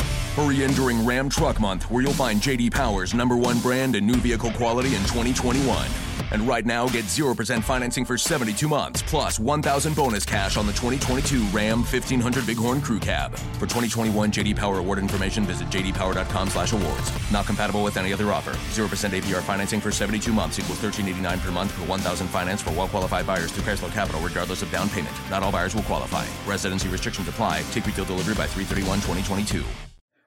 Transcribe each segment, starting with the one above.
Hurry in during Ram Truck Month, where you'll find JD Power's number one brand and new vehicle quality in 2021. And right now, get 0% financing for 72 months, plus 1,000 bonus cash on the 2022 Ram 1500 Bighorn Crew Cab. For 2021 JD Power award information, visit jdpower.com/awards. Not compatible with any other offer. 0% APR financing for 72 months equals 1389 per month per 1,000 finance for well-qualified buyers through Chrysler Capital, regardless of down payment. Not all buyers will qualify. Residency restrictions apply. Take retail delivery by 331-2022.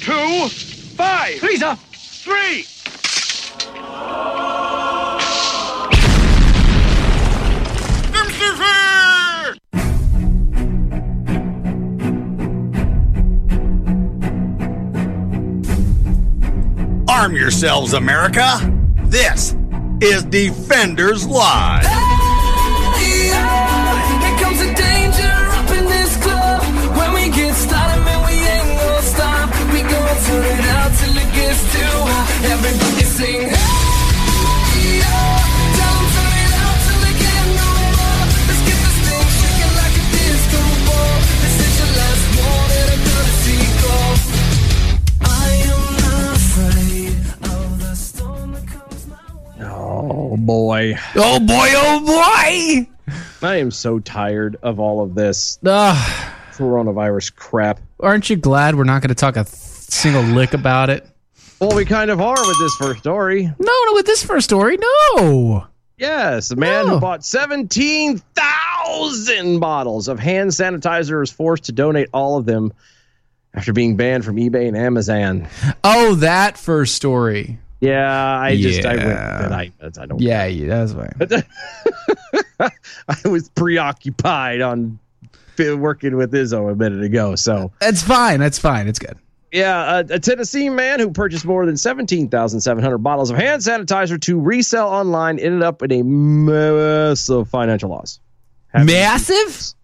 two, five. Lisa. Three. Arm yourselves, America. This is Defenders Live. turn it out till it gets too hot. Everybody sing. Hey, yo. Don't turn it out till it get no more. Let's get this thing shaking like a disco ball. This is your last one that I'm gonna see go. I am not afraid of the storm that comes my way. Oh boy. Oh boy, oh I am so tired of all of this boy. Ugh. coronavirus crap. aren't you glad we're not going to talk a th- single lick about it? Well, we kind of are with this first story. No, no, with this first story, no. Yes, a man who Oh. No. bought 17,000 bottles of hand sanitizer is forced to donate all of them after being banned from eBay and Amazon. Oh, that first story. Yeah, I just I went Yeah. that I that I don't Yeah, yeah that's fine. I was preoccupied on working with Izzo a minute ago, so That's fine. That's fine. It's good. Yeah, uh, a, a Tennessee man who purchased more than 17,700 bottles of hand sanitizer to resell online ended up in a massive financial loss. Having- Massive.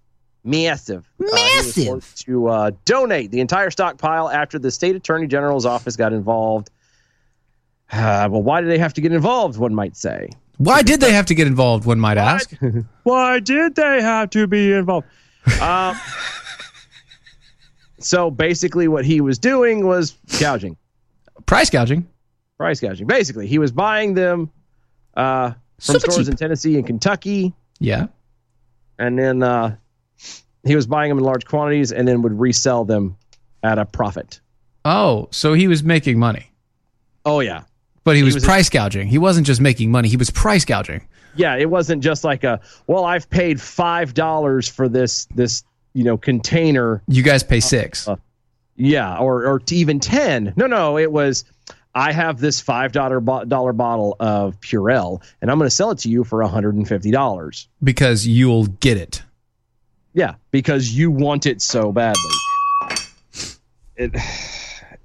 Massive. Uh, he was Massive. forced to uh, donate the entire stockpile after the state attorney general's office got involved. Uh, well, why did they have to get involved, one might say? Why did they have to get involved? One might ask. Why did they have to be involved? Um, so basically, what he was doing was gouging. Price gouging. price gouging. Basically, he was buying them uh, from Super stores cheap. in Tennessee and Kentucky, Yeah. and then uh, he was buying them in large quantities and then would resell them at a profit. Oh, so he was making money, Oh yeah, but he, was, was- price gouging. He wasn't just making money. He was price gouging. yeah. It wasn't just like a well, I've paid five dollars for this this you know container, You guys pay six. uh, yeah, or or t- even ten. No, no, it was. I have this five dollar dollar bottle of Purell, and I'm going to sell it to you for hundred and fifty dollars. because you'll get it. Yeah, because you want it so badly. It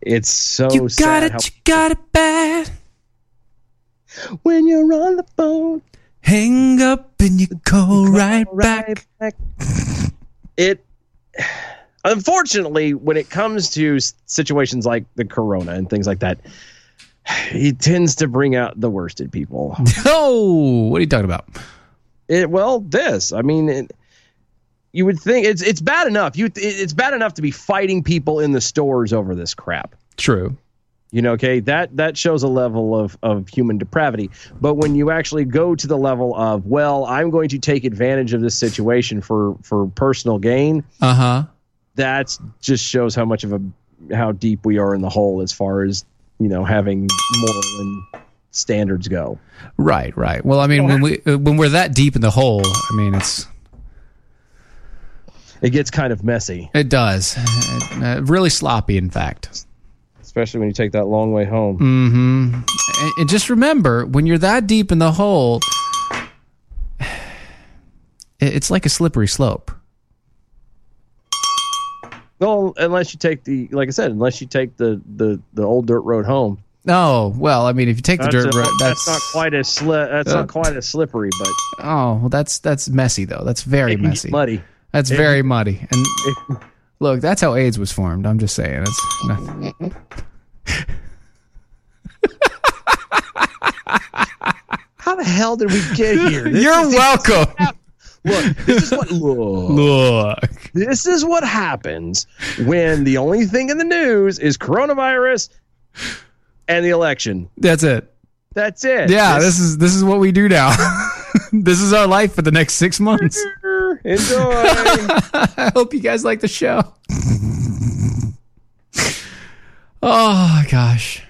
it's so sad how- got it bad. when you're on the phone Hang up and you go right back. It unfortunately when it comes to s- situations like the corona and things like that it tends to bring out the worst in people. Oh, what are you talking about? It well, this. I mean, it, you would think it's it's bad enough. You it- it's bad enough to be fighting people in the stores over this crap. True. You know, okay, that that shows a level of of human depravity. But when you actually go to the level of, well, I'm going to take advantage of this situation for for personal gain, Uh huh. that just shows how much of a how deep we are in the hole as far as you know having moral and standards go. Right, right. Well, I mean, when we uh, when we're that deep in the hole, I mean, it's It gets kind of messy, it does Uh, uh, really sloppy, in fact. especially when you take that long way home. And, and just remember, when you're that deep in the hole, it- it's like a slippery slope. Well, unless you take the like I said, unless you take the the the old dirt road home. Oh well, I mean, if you take the That's, dirt a- road, that's not quite as sli- that's Uh, not quite as slippery, but Oh, well, that's that's messy though. That's very it can get messy. muddy. That's very muddy. And look, that's how AIDS was formed. I'm just saying. It's nothing. How the hell did we get here? This You're is- welcome. look. This is what look. Look. This is what happens when the only thing in the news is coronavirus and the election. That's it. That's it. Yeah, This- this is this is what we do now. this is our life for the next six months. enjoy. I hope you guys like the show. oh gosh.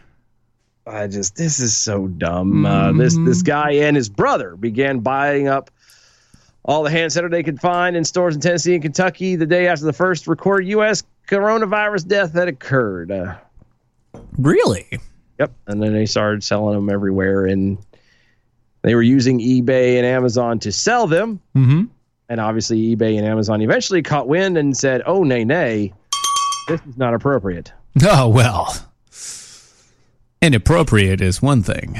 I just this is so dumb. Uh, this this guy and his brother began buying up all the hand sanitizer they could find in stores in Tennessee and Kentucky the day after the first recorded U.S. coronavirus death that occurred. Uh, Really? Yep. And then they started selling them everywhere, and they were using eBay and Amazon to sell them. Mm-hmm. And obviously, eBay and Amazon eventually caught wind and said, "Oh, nay, nay, this is not appropriate." Oh well. Inappropriate is one thing.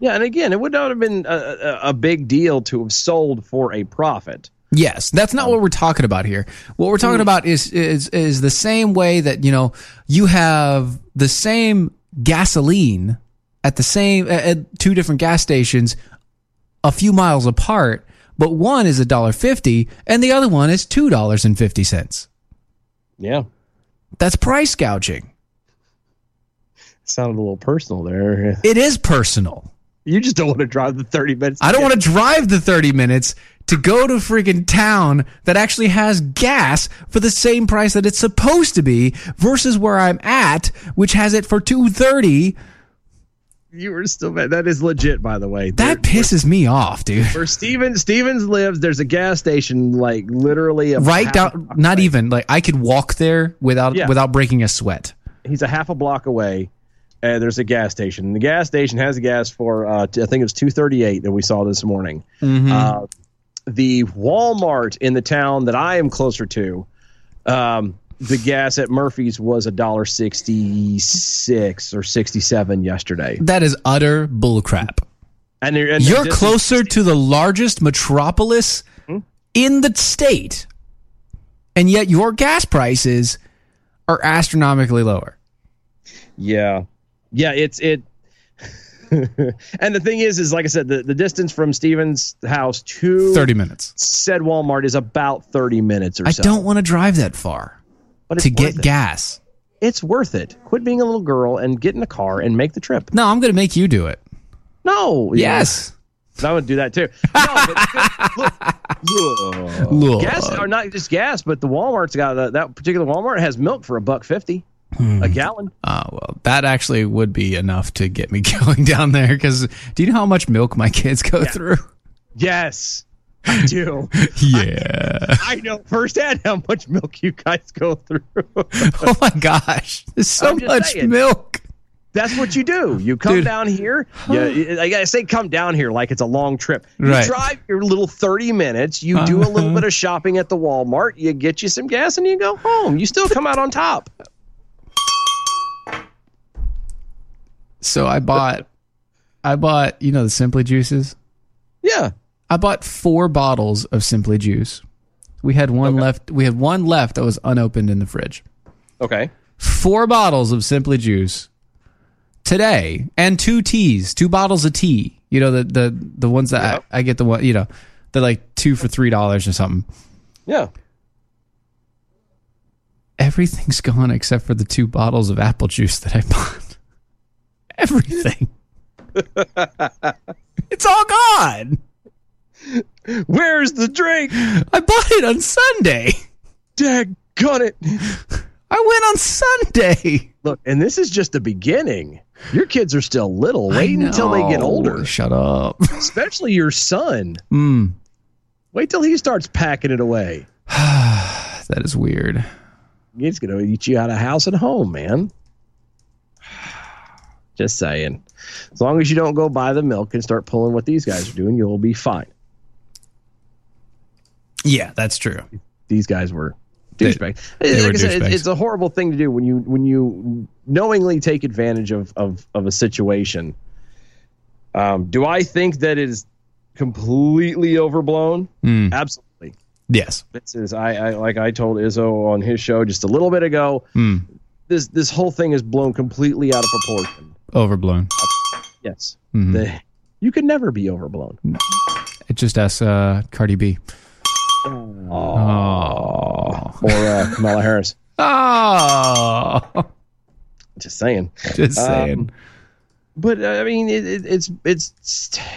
Yeah, and again, it would not have been a, a, a big deal to have sold for a profit. Yes, that's not what we're talking about here. What we're talking about is is is the same way that you know you have the same gasoline at the same at- at two different gas stations a few miles apart, but one is a dollar fifty and the other one is two dollars and fifty cents. Yeah, That's price gouging. sounded a little personal there. It is personal. You just don't want to drive the thirty minutes. I don't want to drive the 30 minutes to go to freaking town that actually has gas for the same price that it's supposed to be versus where I'm at, which has it for 230. You were still mad. That is legit, by the way. That pisses me off, dude. where Steven Stevens lives, there's a gas station like literally a Right half- down, not even like I could walk there without Yeah. without breaking a sweat. he's a half a block away. And there's a gas station. The gas station has a gas for uh, t- I think it was 238 that we saw this morning. Mm-hmm. Uh, the Walmart in the town that I am closer to, um, the gas at Murphy's was a dollar sixty six or sixty seven yesterday. That is utter bullcrap. And, there- and the You're distance- closer to the largest metropolis Hmm? in the state, and yet your gas prices are astronomically lower. Yeah. Yeah, it's it and the thing is is like I said, the, the distance from Steven's house to 30 minutes. said Walmart is about thirty minutes or I so. don't want to drive that far but it's to worth get it. gas. It's worth it. Quit being a little girl and get in a car and make the trip. No, I'm going to make you do it. No. Yes. I would do that too. No, but look, look, Look. gas or not just gas, but the Walmart's got uh, that particular Walmart has milk for a buck fifty a gallon. Oh, well, that actually would be enough to get me going down there because do you know how much milk my kids go through? Yes, I do. Yeah. I know firsthand how much milk you guys go through. oh my gosh. There's so I'm just much saying. milk. That's what you do. You come Dude. down here. Yeah, I gotta say, come down here like it's a long trip. You Right. Uh-huh. drive your little thirty minutes. You do a little bit of shopping at the Walmart. You get you some gas, and you go home. You still come out on top. So I bought, I bought, you know, the Simply Juices. Yeah. I bought four bottles of Simply Juice. We had one left. We had one left that was unopened in the fridge. Okay. four bottles of Simply Juice today and two teas, two bottles of tea. You know, the the, the ones that I, I get the one, you know, they're like two for three dollars or something. Yeah. Everything's gone except for the two bottles of apple juice that I bought. Everything. it's all gone. Where's the drink? I bought it on Sunday. Dag gun it. I went on Sunday. Look, and this is just the beginning. Your kids are still little. Wait I until they get know. older, Shut up. especially your son. Mm, Wait till he starts packing it away. that is weird. He's going to eat you out of house and home, man. Just saying. As long as you don't go buy the milk and start pulling what these guys are doing, you'll be fine. Yeah, that's true. These guys were They- douchebags. they like were I said, it's, douchebags. it's a horrible thing to do when you when you knowingly take advantage of of, of a situation. Um, do I think that it is completely overblown? Mm, Absolutely. yes. This is I, I like I told Izzo on his show just a little bit ago. Mm, This this whole thing is blown completely out of proportion. overblown. Yes, Mhm. The- you could never be overblown. It just asks uh, Cardi B. Oh. Or uh, Kamala Harris. Oh. Just saying. Just Um, saying. But uh, I mean, it, it, it's, it's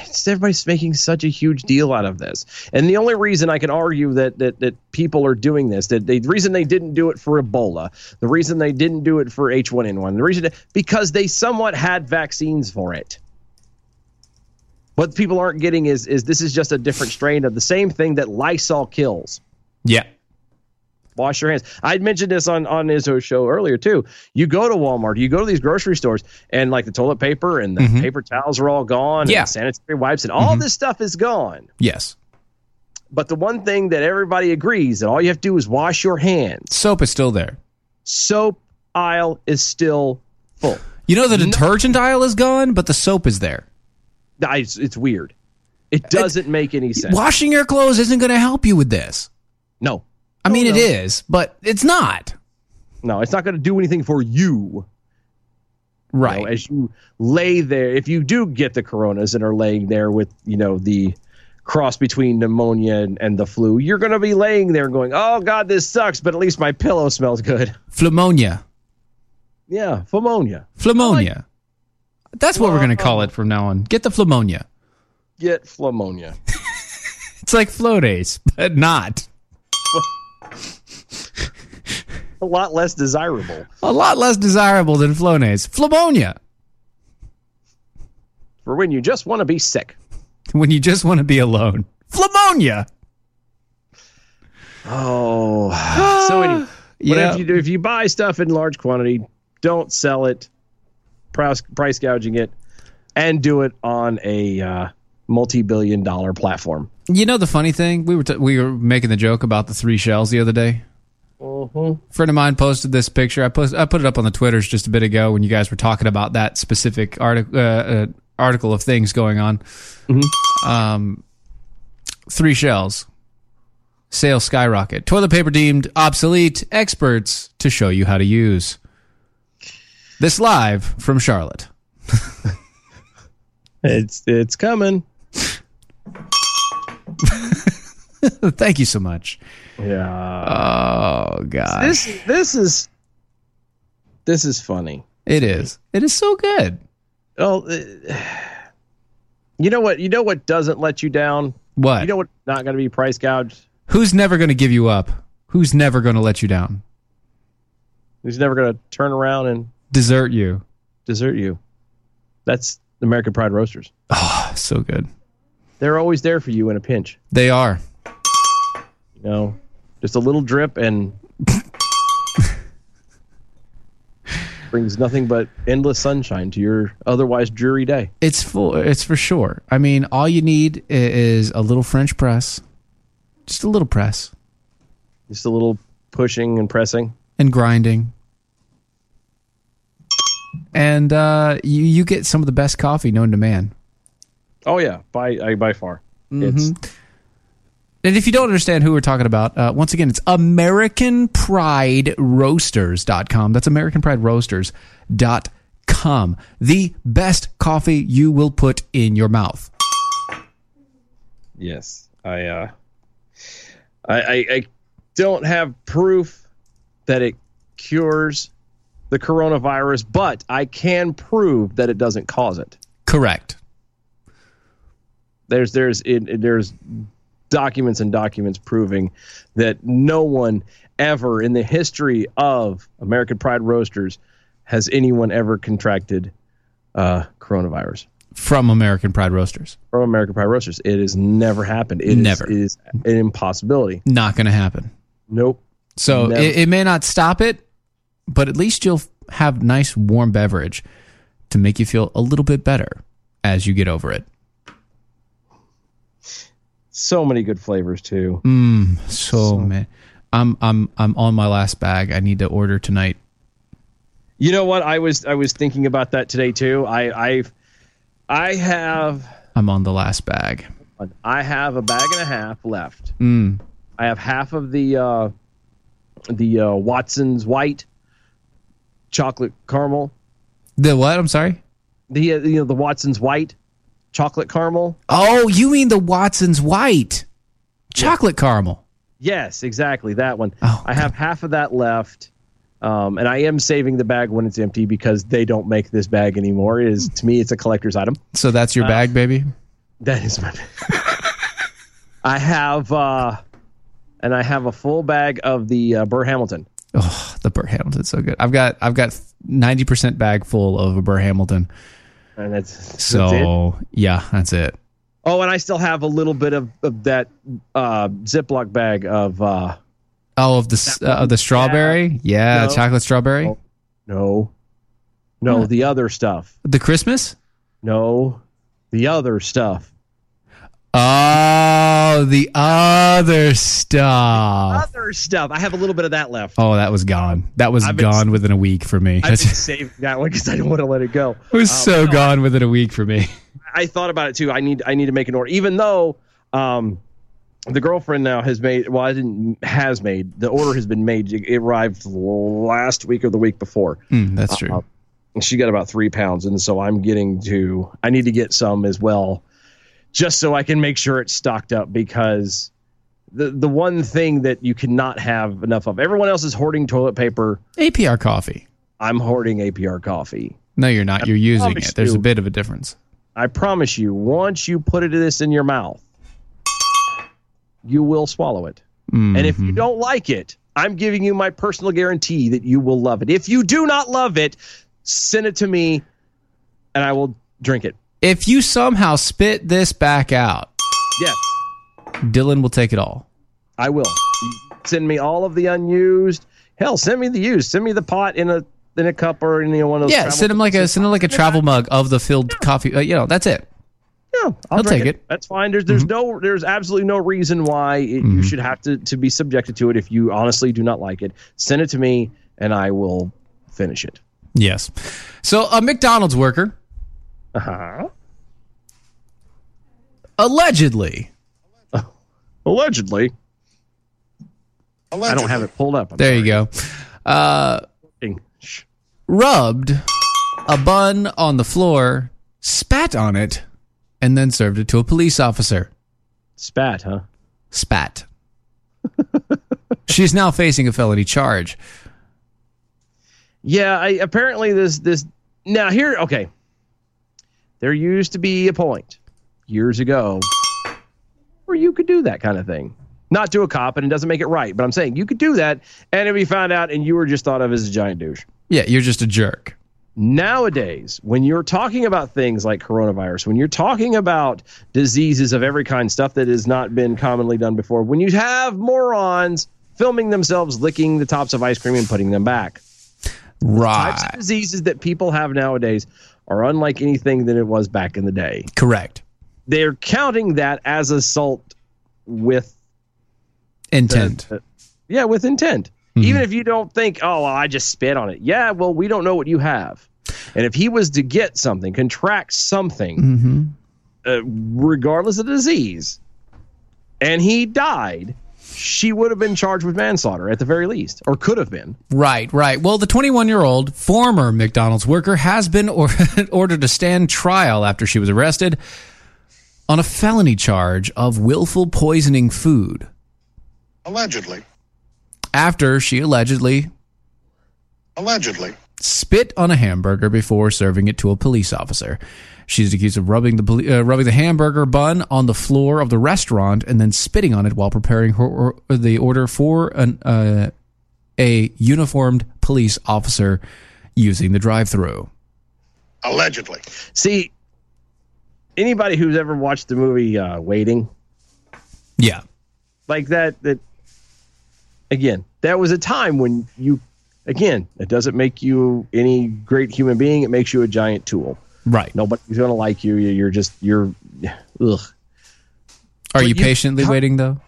it's everybody's making such a huge deal out of this, and the only reason I can argue that that that people are doing this, that they, the reason they didn't do it for Ebola, the reason they didn't do it for H1N1, the reason because they somewhat had vaccines for it. What people aren't getting is is this is just a different strain of the same thing that Lysol kills. yeah. Wash your hands. I had mentioned this on on Izzo's show earlier too. You go to Walmart, you go to these grocery stores, and like the toilet paper and the Mhm. paper towels are all gone, Yeah. and the sanitary wipes and all this stuff is gone. Yes. But the one thing that everybody agrees that all you have to do is wash your hands. Soap is still there. Soap aisle is still full. You know the detergent aisle is gone, but the soap is there. I, it's, it's weird. It doesn't make any sense. Washing your clothes isn't going to help you with this. No, I mean, it is, but it's not. no, it's not going to do anything for you. Right. you know, as you lay there if you do get the coronas and are laying there with you know the cross between pneumonia and, and the flu you're going to be laying there going oh god this sucks but at least my pillow smells good Phleumonia. yeah pneumonia Phleumonia. That's what we're going to call it from now on. Get the phleumonia. get pneumonia It's like floatase, but not. a lot less desirable A lot less desirable than floatase. Phleumonia. for when you just want to be sick When you just want to be alone. Phleumonia. oh so anyway But Yeah. if you do, if you buy stuff in large quantity, don't sell it, price price gouging it, and do it on a uh, multi billion dollar platform. You know the funny thing? We were t- we were making the joke about the three shells the other day. Mm-hmm. Friend of mine posted this picture. I post I put it up on the Twitters just a bit ago when you guys were talking about that specific article uh, uh, article of things going on. Mm-hmm. Um, three shells. Sales skyrocket. Toilet paper deemed obsolete. Experts to show you how to use. This live from Charlotte. It's it's coming. Thank you so much. Yeah. Oh god. This this is this is funny. it is. It is so good. Oh, uh, you know what? You know what doesn't let you down. What? You know what's not going to be price gouged. Who's never going to give you up? Who's never going to let you down? He's never going to turn around and Desert you. desert you. That's American Pride Roasters. Ah, so good. They're always there for you in a pinch. They are. you know, just a little drip and brings nothing but endless sunshine to your otherwise dreary day. It's for it's for sure. I mean, all you need i- is a little French press. Just a little press Just a little pushing and pressing. and grinding. And uh, you you get some of the best coffee known to man. Oh yeah, by I, by far. It's And if you don't understand who we're talking about, uh, once again, it's AmericanPrideRoasters.com. That's AmericanPrideRoasters.com. The best coffee you will put in your mouth. yes, I uh, I, I I don't have proof that it cures the coronavirus, but I can prove that it doesn't cause it. Correct. there's there's it, it- there's documents and documents proving that no one ever in the history of American Pride Roasters has anyone ever contracted uh, coronavirus from American Pride Roasters. from American Pride Roasters. It has never happened. It is- Never. it is an impossibility. Not going to happen. Nope. So No. it, it may not stop it, but at least you'll have nice warm beverage to make you feel a little bit better as you get over it. So many good flavors too. So, man, I'm I'm I'm on my last bag. I need to order tonight. You know what? I was I was thinking about that today too. I I've I have I'm on the last bag. I have a bag and a half left. I have half of the uh, the uh, Watson's White chocolate caramel. The what? I'm sorry. The uh, you know the Watson's White chocolate caramel. Oh, you mean the Watson's White chocolate caramel? Yes, exactly that one. Oh, I have half of that left, um, and I am saving the bag when it's empty because they don't make this bag anymore. It is to me, it's a collector's item. So that's your bag, baby. That is my. I have, uh, and I have a full bag of the uh, Burr Hamilton. Oh, the Burr Hamilton's so good. I've got I've got ninety percent bag full of a Burr Hamilton. And that's So that's it. yeah, that's it. Oh, and I still have a little bit of, of that uh, Ziploc bag of uh, Oh, of the s- uh, of the strawberry, yeah, No. chocolate strawberry. Oh. no, no, the other stuff, The Christmas. no, the other stuff. Oh, the other stuff. Other stuff. I have a little bit of that left. Oh, that was gone. That was I've been- gone within a week for me. I've been That's, it saving that one because I don't want to let it go. was Um, so gone within a week for me. I thought about it too. I need I need to make an order, even though um, the girlfriend now has made. Well, I didn't has made the order has been made. It arrived last week or the week before, Hmm, that's true. Uh, and she got about three pounds. And so I'm getting to. I need to get some as well, just so I can make sure it's stocked up because the the one thing that you cannot have enough of. Everyone else is hoarding toilet paper. APR coffee. I'm hoarding APR coffee. No, you're not. You're using promise it. There's a you. bit of a difference. I promise you, once you put it this in your mouth, you will swallow it. And Mm-hmm. if you don't like it, I'm giving you my personal guarantee that you will love it. If you do not love it, send it to me and I will drink it. If you somehow spit this back out, Yes, Dylan will take it all. I will. You Send me all of the unused. Hell, send me the used. Send me the pot in a in a cup or in you know, one of those. Yeah, travel- send him like a send him like a travel mug of the filled coffee. Uh, you know, that's it. Yeah, I'll, I'll drink take it. Mm-hmm. That's fine. There's there's no there's absolutely no reason why it, you should have to to be subjected to it if you honestly do not like it. Send it to me and I will finish it. Yes. So a McDonald's worker Uh-huh. allegedly. Allegedly, I don't have it pulled up. I'm There you go. sorry. Shh. rubbed a bun on the floor, spat on it, and then served it to a police officer. Spat, huh? Spat. She's now facing a felony charge. Yeah, I apparently this this now here okay. There used to be a point years ago where you could do that kind of thing. Not to a cop and it doesn't make it right, but I'm saying you could do that and it'd be found out and you were just thought of as a giant douche. Yeah, you're just a jerk. Nowadays, when you're talking about things like coronavirus, when you're talking about diseases of every kind, stuff that has not been commonly done before, when you have morons filming themselves licking the tops of ice cream and putting them back, types of Right. diseases that people have nowadays are unlike anything that it was back in the day. Correct. They're counting that as assault with Intent. yeah, with intent. Even if you don't think, oh, well, I just spit on it. Yeah, well, we don't know what you have. And if he was to get something, contract something, uh, regardless of the disease, and he died, she would have been charged with manslaughter at the very least, or could have been. Right, right. Well, the 21 year old former McDonald's worker has been or- ordered to stand trial after she was arrested on a felony charge of willful poisoning food Allegedly. after she allegedly Allegedly. spit on a hamburger before serving it to a police officer. She's accused of rubbing the poli- uh, rubbing the hamburger bun on the floor of the restaurant and then spitting on it while preparing her or, the order for an uh, a uniformed police officer using the drive-through. Allegedly. See, anybody who's ever watched the movie uh, Waiting, Yeah. like that, that again, that was a time when you, again, it doesn't make you any great human being. It makes you a giant tool. Right. Nobody's gonna like you. You- You're just you're, ugh. Are you you- patiently waiting though?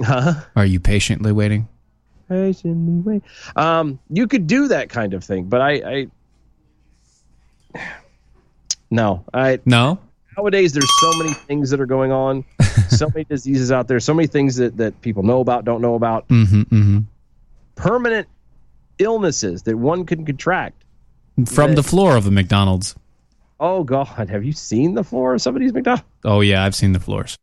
Huh? Are you patiently waiting? Patiently wait. Um, you could do that kind of thing, but I, I no, I No. nowadays there's so many things that are going on, so many diseases out there, so many things that that people know about, don't know about, Mm-hmm, mm-hmm. permanent illnesses that one can contract. From That- the floor of a McDonald's. Oh God, have you seen the floor of somebody's McDonald's? Oh yeah, I've seen the floors.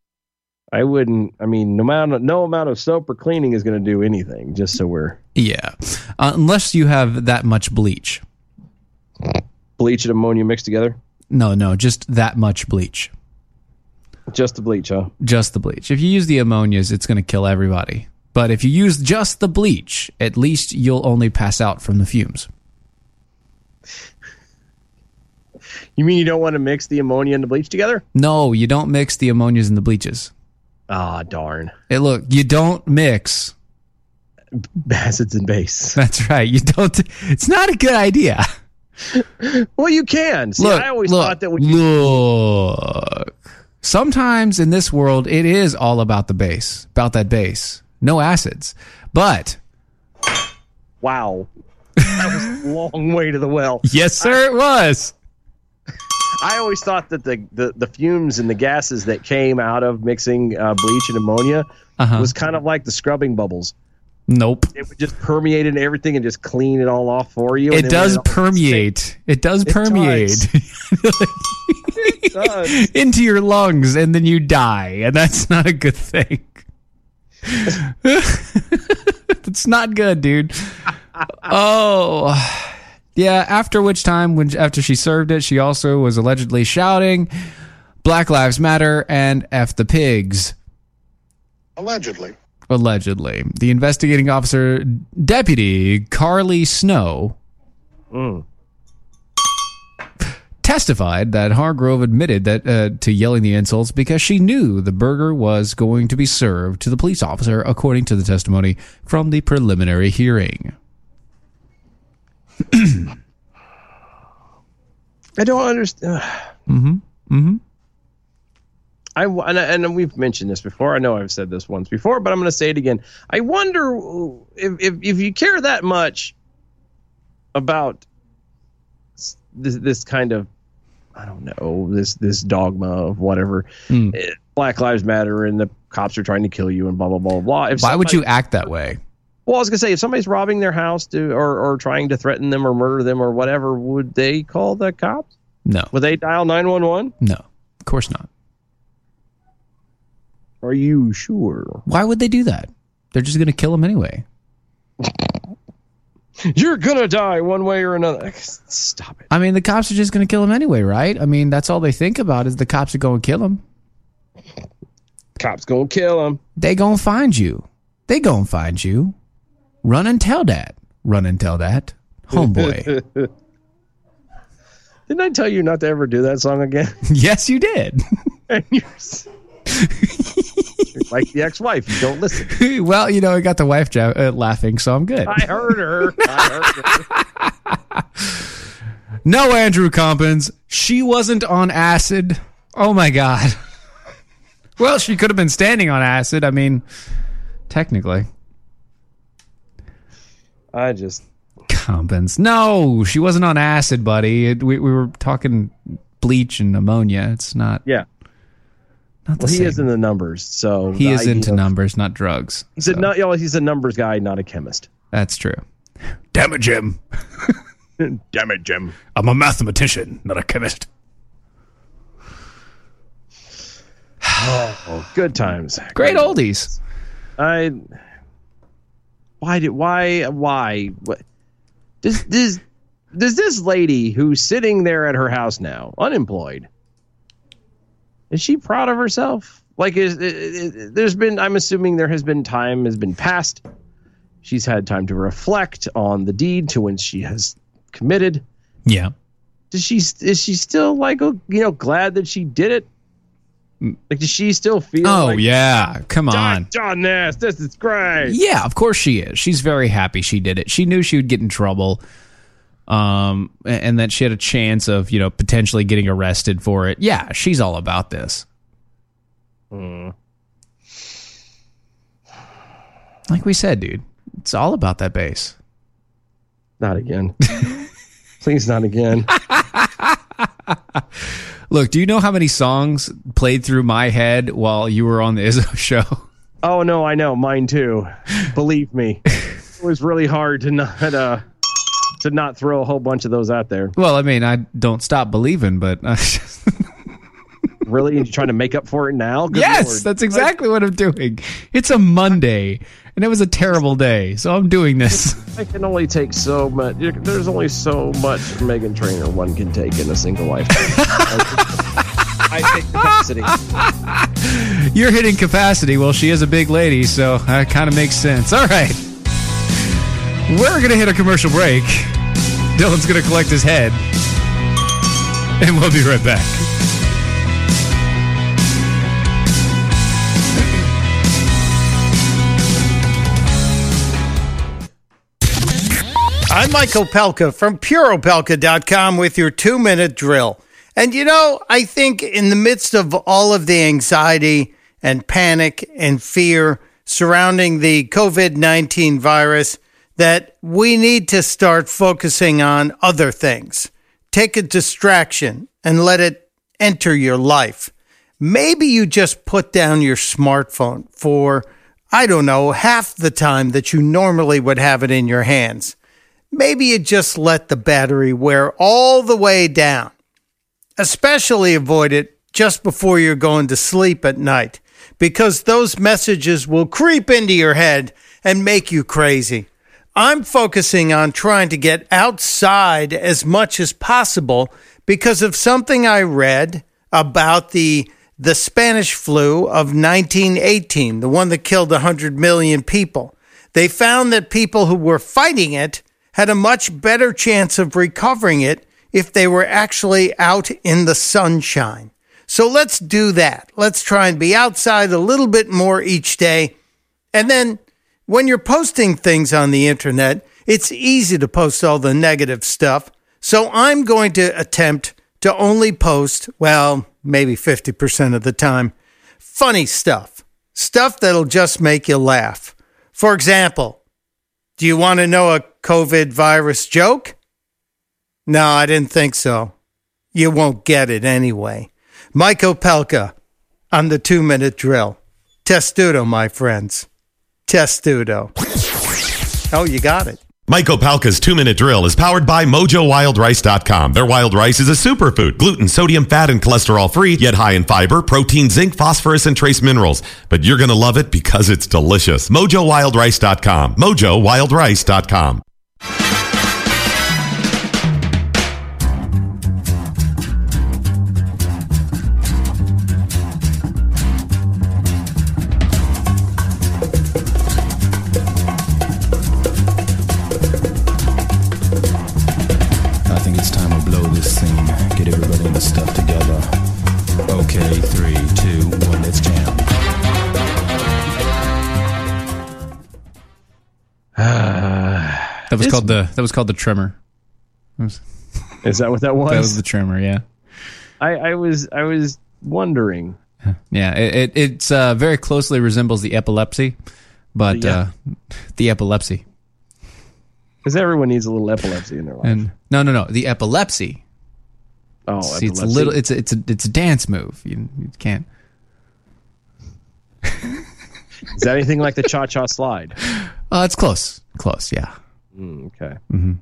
I wouldn't. I mean, no amount, no amount of soap or cleaning is going to do anything. Just so we're Yeah. Uh, unless you have that much bleach. bleach and ammonia mixed together. No, no, just that much bleach. Just the bleach, huh? Just the bleach. If you use the ammonias, it's going to kill everybody. But if you use just the bleach, at least you'll only pass out from the fumes. You mean you don't want to mix the ammonia and the bleach together? No, you don't mix the ammonias and the bleaches. Ah, darn. Hey, look, you don't mix. Acids and base. That's right. You don't. It's not a good idea. Well, you can. See, look, I always look, thought that when you, look. Sometimes in this world, it is all about the base, about that base. No acids, but wow, that was a long way to the well. yes, sir, it was. I always thought that the, the, the fumes and the gases that came out of mixing uh, bleach and ammonia Uh-huh. was kind of like the scrubbing bubbles. Nope. It would just permeate and everything and just clean it all off for you. and It then does when all- permeate. It does permeate does. into your lungs, and then you die, and that's not a good thing. it's not good, dude. Oh, yeah. After which time, when after she served it, she also was allegedly shouting, "Black Lives Matter" and "F the pigs." Allegedly. Allegedly, the investigating officer, Deputy Carly Snow, testified that Hargrove admitted that uh, to yelling the insults because she knew the burger was going to be served to the police officer, according to the testimony from the preliminary hearing. I don't understand. mm-hmm. Mm-hmm. I w- and, I- and we've mentioned this before. I know I've said this once before, but I'm going to say it again. I wonder if if, if you care that much about s- this this kind of I don't know this this dogma of whatever Hmm. eh, Black Lives Matter and the cops are trying to kill you and blah blah blah blah. If Why would somebody- you act that way? well, I was gonna say, if somebody's robbing their house to, or or trying to threaten them or murder them or whatever, would they call the cops? No, Would they dial nine one one? no, of course not. Are you sure? Why would they do that? They're just going to kill him anyway. You're gonna die one way or another. Stop it. I mean, the cops are just going to kill him anyway, right? I mean, that's all they think about is the cops are going to kill him. Cops gonna kill him. They going to find you. They going to find you. Run and tell that. Run and tell that. Homeboy. Didn't I tell you not to ever do that song again? yes, you did. And you're, s- you're like the ex-wife, you don't listen. well, you know, I got the wife jo- uh, laughing, so I'm good. I heard her. I heard her. no, Andrew Compens. She wasn't on acid. Oh, my God. well, she could have been standing on acid. I mean, technically. I just Compens. No, she wasn't on acid, buddy. It, we, we were talking bleach and ammonia. It's not, yeah. not the Well, he same. is in the numbers, so he the is idea- into numbers, not drugs. He's a, nu- you know, he's a numbers guy, not a chemist. That's true. Damn it, Jim. Damn it, Jim. I'm a mathematician, not a chemist. Good times. Great oldies. I. Why did why why what? Does does does this lady who's sitting there at her house now, unemployed, is she proud of herself? Like is, is, is- there's been I'm assuming there has been time has been passed. She's had time to reflect on the deed to when she has committed. Yeah. Does she is she still like you know glad that she did it? Like does she still feel? Mm. Oh like, yeah. Come on. "John- John Ness, this is great. Yeah, of course she is. She's very happy she did it. She knew she would get in trouble. Um a- and that she had a chance of, you know, potentially getting arrested for it. Yeah, she's all about this. Hmm. Like we said, dude. It's all about that bass. Mm. Not again. Please, not again. Look, do you know how many songs played through my head while you were on the Izzo show? Oh no, I know mine too. Believe me, it was really hard to not uh, to not throw a whole bunch of those out there. Well, I mean, I don't stop believing, but uh, Really, you're trying to make up for it now? Good yes, Lord. that's exactly what I'm doing. It's a Monday, and it was a terrible day, so I'm doing this. I can only take so much. There's only so much Megan Trainer one can take in a single lifetime. I take capacity. You're hitting capacity. Well, she is a big lady, so that kind of makes sense. All right, we're gonna hit a commercial break. Dylan's gonna collect his head, and we'll be right back. I'm Michael Pelka from PuroPelka.com with your two minute drill. And you know, I think in the midst of all of the anxiety and panic and fear surrounding the COVID 19 virus, that we need to start focusing on other things. Take a distraction and let it enter your life. Maybe you just put down your smartphone for, I don't know, half the time that you normally would have it in your hands maybe you just let the battery wear all the way down. Especially avoid it just before you're going to sleep at night, because those messages will creep into your head and make you crazy. I'm focusing on trying to get outside as much as possible because of something I read about the the Spanish flu of 1918, the one that killed 100 million people they found that people who were fighting it had a much better chance of recovering it if they were actually out in the sunshine. So let's do that. Let's try and be outside a little bit more each day. And then when you're posting things on the internet, it's easy to post all the negative stuff. So I'm going to attempt to only post, well, maybe 50% of the time, funny stuff, stuff that'll just make you laugh. For example, do you want to know a COVID virus joke? No, I didn't think so. You won't get it anyway. Mike Opelka on the two minute drill. Testudo, my friends. Testudo. Oh, you got it. Mike Opalka's two minute drill is powered by MojoWildRice.com. Their wild rice is a superfood, gluten, sodium, fat, and cholesterol free, yet high in fiber, protein, zinc, phosphorus, and trace minerals. But you're going to love it because it's delicious. MojoWildRice.com. MojoWildRice.com. I think it's time we blow this thing. Get everybody in the stuff together. Okay, three, two, one, let's jam. That was called the that was called the tremor. Is that what that That was was? the tremor. Yeah. I, I was I was wondering. Yeah, it, it it's uh, very closely resembles the epilepsy, but Yeah. uh, the epilepsy Because everyone needs a little epilepsy in their life. and no, no, no, the epilepsy. oh, See, it's a epilepsy. little, it's a, it's a, it's a dance move. You, you can't. Is that anything like the cha cha slide? Oh, it's close, close. Yeah, Okay. Mm-hmm.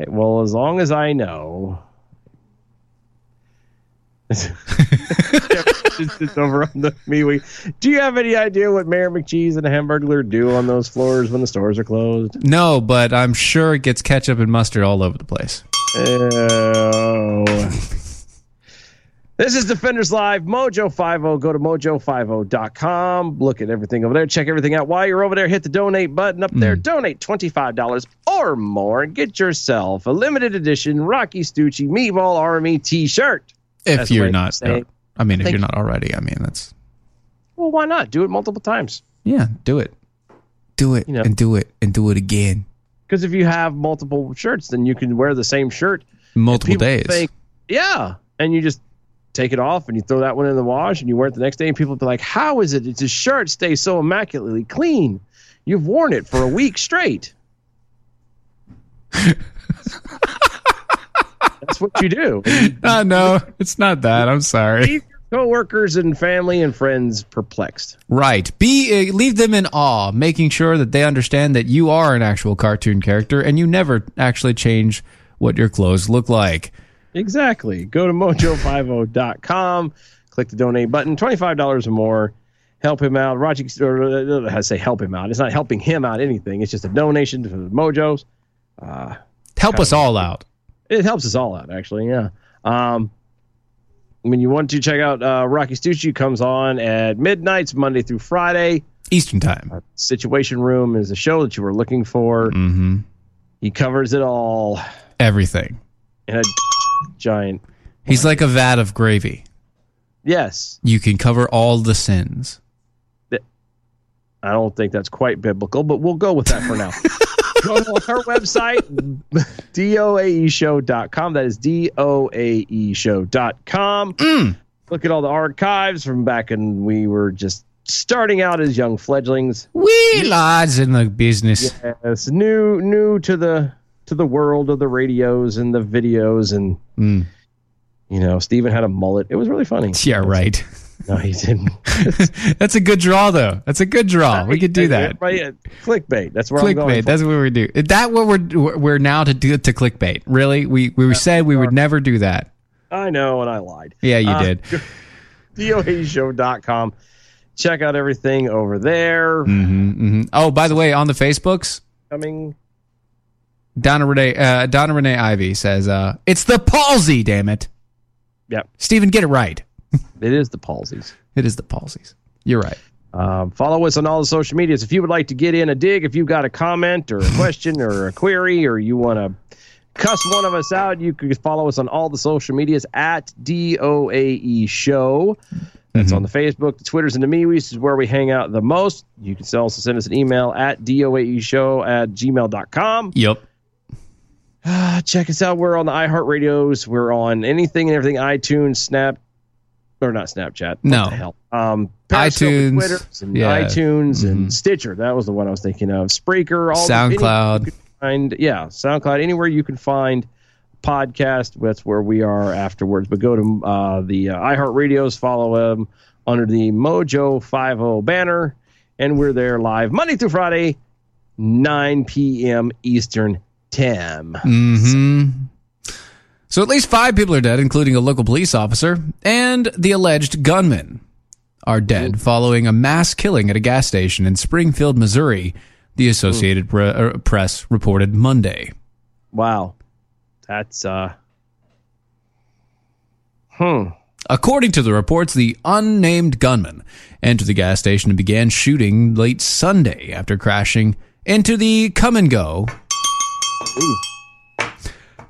okay. Well, as long as I know. just, just over on the MeWe. Do you have any idea what Mayor McCheese and a hamburger do on those floors when the stores are closed? no, but I'm sure it gets ketchup and mustard all over the place. Oh. This is Defenders Live, Mojo50. Go to mojo50.com. Look at everything over there. Check everything out. While you're over there, hit the donate button up there. Donate $25 or more and get yourself a limited edition Rocky Stucci Meatball Army t shirt. If That's the way you're to not, say it. I mean, if Thank you're not already, I mean, that's Well, why not? Do it multiple times. yeah, do it, do it, You know. and do it, and do it again, Because if you have multiple shirts, then you can wear the same shirt multiple people days. think, yeah, and you just take it off and you throw that one in the wash and you wear it the next day, and people be like, "How is it? It's a shirt stays so immaculately clean. You've worn it for a week straight." That's what you do. I know it's not that. I'm sorry. Leave your coworkers and family and friends perplexed. Right. Be uh, leave them in awe, making sure that they understand that you are an actual cartoon character and you never actually change what your clothes look like. Exactly. Go to mojo50.com, click the donate button, $25 or more. Help him out. Roger, or uh, I say help him out. It's not helping him out anything. It's just a donation to the Mojos. Help us all out. It helps us all out, actually. Yeah. Um, when you want to check out uh, Rocky Stucci comes on at midnights Monday through Friday. Eastern time. Situation Room is a show that you were looking for. Mm-hmm. He covers it all Everything. in a giant. He's like a vat of gravy. Yes, You can cover all the sins. I don't think that's quite biblical, but we'll go with that for now. go to our website, E doaeshow.com. That is E doaeshow.com. Mm. Look at all the archives from back when we were just starting out as young fledglings. We lads in the business. Yes, new new to the to the world of the radios and the videos and Mm. you know, Steven had a mullet. It was really funny. Yeah, right. No, he didn't. That's a good draw, though. That's a good draw. Oh, We could do that. Right, uh, clickbait. That's where I'm going. clickbait. for. That's what we do. Is That what we're we're now to do to clickbait. Really, we we said we would never do that. I know, and I lied. Yeah, you Uh, did. DOAshow.com. Check out everything over there. hmm Oh, by the way, on the Facebooks, Coming. Donna Renee uh, Donna Renee Ivy says, uh, "It's the palsy, damn it." Yep. Stephen, get it right. It is the palsies. It is the palsies. You're right. Um, follow us on all the social medias. If you would like to get in a dig, if you've got a comment or a question or a query, or you want to cuss one of us out, you can follow us on all the social medias at DOAE E Show. That's on the Facebook, the Twitters, and the MeWe's is where we hang out the most. You can also send us an email at DOAE E Show at gmail.com. Yep. Uh, check us out. We're on the iHeartRadios. We're on anything and everything iTunes, Snap, or not Snapchat. What No. the hell. Um, Periscope and iTunes, Twitters and yeah. Mm-hmm. iTunes and Stitcher. That was the one I was thinking of. Spreaker, all the- anywhere you SoundCloud. can find yeah, SoundCloud. Anywhere you can find podcast, that's where we are afterwards. But go to uh, the uh, iHeartRadios, follow them under the Mojo Five O banner, and we're there live Monday through Friday, nine p.m. Eastern time. hmm So at least five people are dead, including a local police officer and the alleged gunman are dead following a mass killing at a gas station in Springfield, Missouri. The Associated Pre- uh, Press reported Monday. Wow. That's uh Hmm. According to the reports, the unnamed gunman entered the gas station and began shooting late Sunday after crashing into the come and go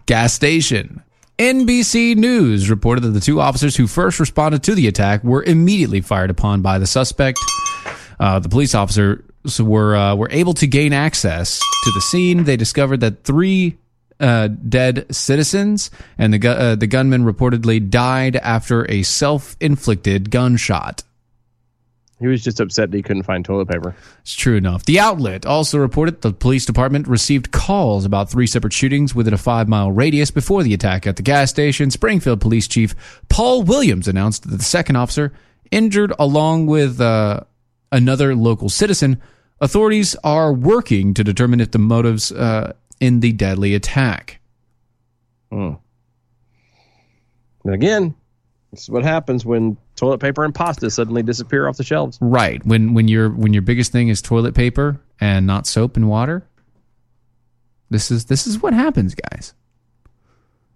gas station. NBC News reported that the two officers who first responded to the attack were immediately fired upon by the suspect. Uh, the police officers were uh, were able to gain access to the scene. They discovered that three uh, dead citizens and the gu- uh, the gunman reportedly died after a self inflicted gunshot. He was just upset that he couldn't find toilet paper. It's true enough. The outlet also reported the police department received calls about three separate shootings within a five mile radius before the attack at the gas station. Springfield Police Chief Paul Williams announced that the second officer injured along with uh, another local citizen. Authorities are working to determine if the motives uh, in the deadly attack. And Hmm. again, this is what happens when toilet paper and pasta suddenly disappear off the shelves. Right when when your when your biggest thing is toilet paper and not soap and water. This is this is what happens, guys.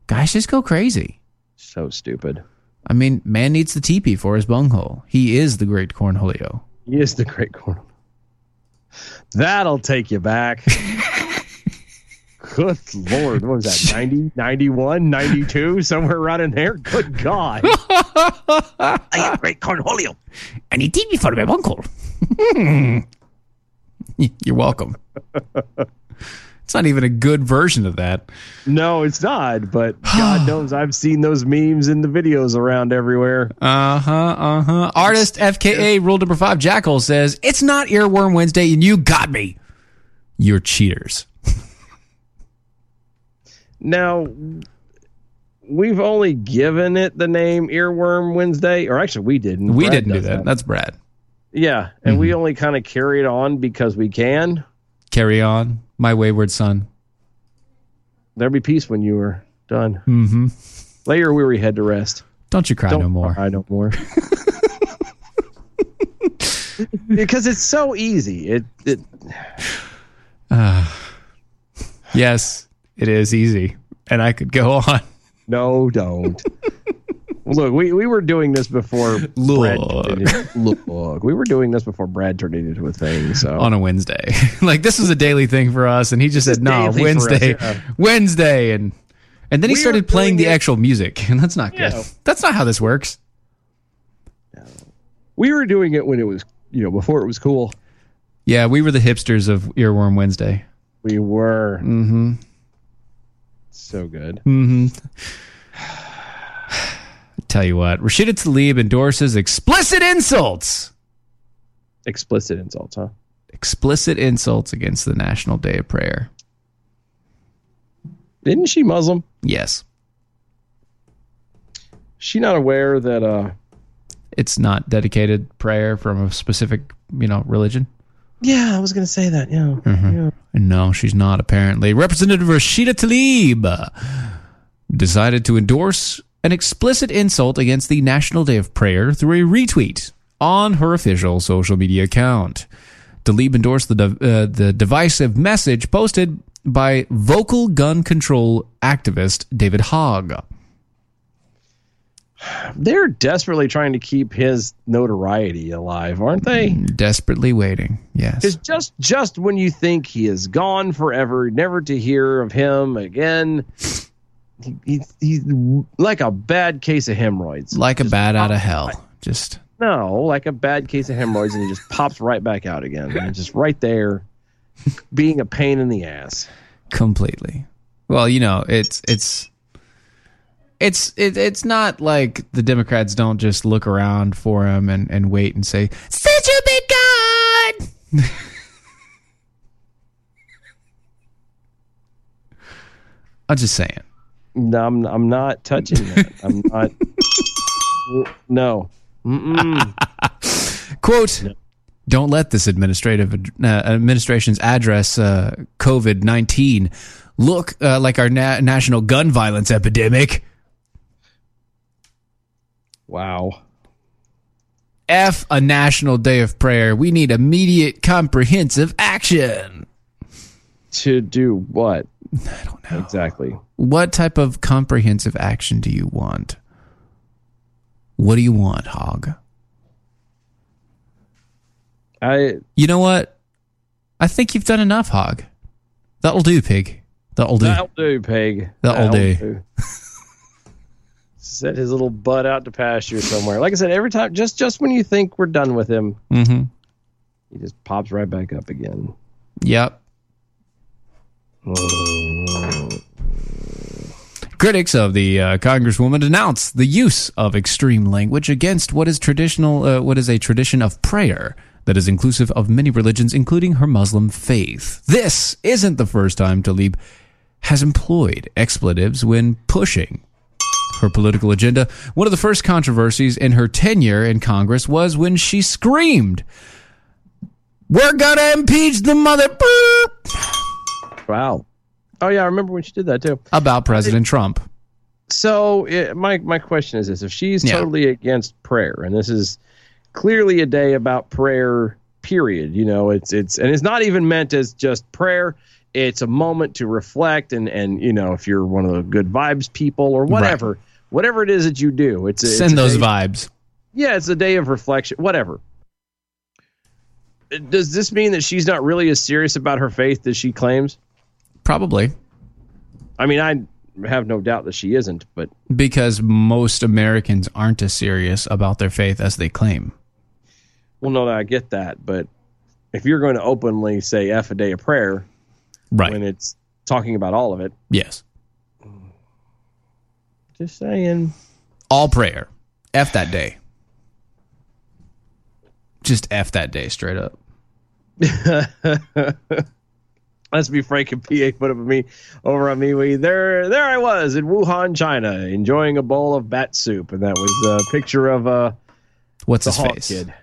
Guys just go crazy. So stupid. I mean, man needs the teepee for his bunghole. He is the great cornholio. He is the great corn. That'll take you back. Good Lord. What was that? 90, 91, 92, somewhere around in there? Good God. I am great cornholio. And he teepee for my bunghole. You're welcome. it's not even a good version of that. No, it's not, but God knows I've seen those memes and the videos around everywhere. Uh huh. Uh huh. Artist FKA rule number five Jackal says it's not Earworm Wednesday, and you got me. You're cheaters. Now, we've only given it the name Earworm Wednesday, or actually, we didn't. We Brad didn't do does that. Mm-hmm. That's Brad. Yeah, and we only kind of carry it on because we can. Carry on, my wayward son. There be peace when you are done. Mm-hmm. Lay your weary head to rest. Don't you cry no more. I no more. because it's so easy. It, it Yes, it is easy, and I could go on. no, don't. Look, we, we were doing this before Brad turned it- look, we were doing this before Brad turned it into a thing. So on a Wednesday. like this was a daily thing for us, and he just said, is "No, daily for Wednesday, us, yeah. Wednesday," and and then he We started were playing the doing it- actual music, and that's not good. Yeah. That's not how this works. we were doing it when it was you know before it was cool. Yeah, we were the hipsters of Earworm Wednesday. We were Mm-hmm. so good. Mm-hmm. Tell you what, Rashida Tlaib endorses explicit insults. Explicit insults, huh? Explicit insults against the National Day of Prayer. Isn't she Muslim? Yes, She not aware that uh it's not dedicated prayer from a specific, you know, religion. Yeah, I was gonna say that, yeah. yeah. No, she's not, apparently. Representative Rashida Tlaib decided to endorse an explicit insult against the National Day of Prayer through a retweet on her official social media account. Tlaib endorsed the, div- uh, the divisive message posted by vocal gun control activist David Hogg. They're desperately trying to keep his notoriety alive, aren't they? Desperately waiting. Yes. Because just just when you think he is gone forever, never to hear of him again, he, he, he's like a bad case of hemorrhoids. Like a bat out of hell. Just No, like a bad case of hemorrhoids, and he just pops right back out again, and just right there, being a pain in the ass. completely well you know it's it's it's it, it's not like the democrats don't just look around for him and and wait and say such a big god i'm just saying No, I'm I'm not touching that. I'm not. No. Mm-mm. quote don't let this administrative uh, administration's address uh, covid-19 look uh, like our na- national gun violence epidemic Wow. F a national day of prayer. We need immediate comprehensive action. To do what? I don't know exactly. What type of comprehensive action do you want? What do you want, Hog? I You know what? I think you've done enough, Hog. That'll do, pig. That'll do. That'll do, Pig. That'll do. Set his little butt out to pasture somewhere. Like I said, every time, just just when you think we're done with him, Mm-hmm. he just pops right back up again. Yep. Critics of the uh, congresswoman denounce the use of extreme language against what is traditional, uh, what is a tradition of prayer that is inclusive of many religions, including her Muslim faith. This isn't the first time Talib has employed expletives when pushing her political agenda. One of the first controversies in her tenure in Congress was when she screamed, "We're gonna impeach the mother." boop!" Wow. Oh yeah, I remember when she did that too. about President Trump. So it, my my question is this: If she's Yeah. totally against prayer, and this is clearly a day about prayer, period. You know, it's it's and it's not even meant as just prayer. It's a moment to reflect, and and you know, if you're one of the good vibes people or whatever, whatever it is that you do. It's a, it's Send a those day- vibes. Yeah, it's a day of reflection. Whatever. Does this mean that she's not really as serious about her faith as she claims? Probably. I mean, I have no doubt that she isn't, but Because most Americans aren't as serious about their faith as they claim. well, no, I get that. But if you're going to openly say F a day of prayer Right. when it's talking about all of it, yes. just saying. All prayer. F that day. Just F that day straight up. Let's be frank and PA put up with me over on MeWe. There, there I was in Wuhan, China, enjoying a bowl of bat soup, and that was a picture of uh, What's the his hawk face? kid.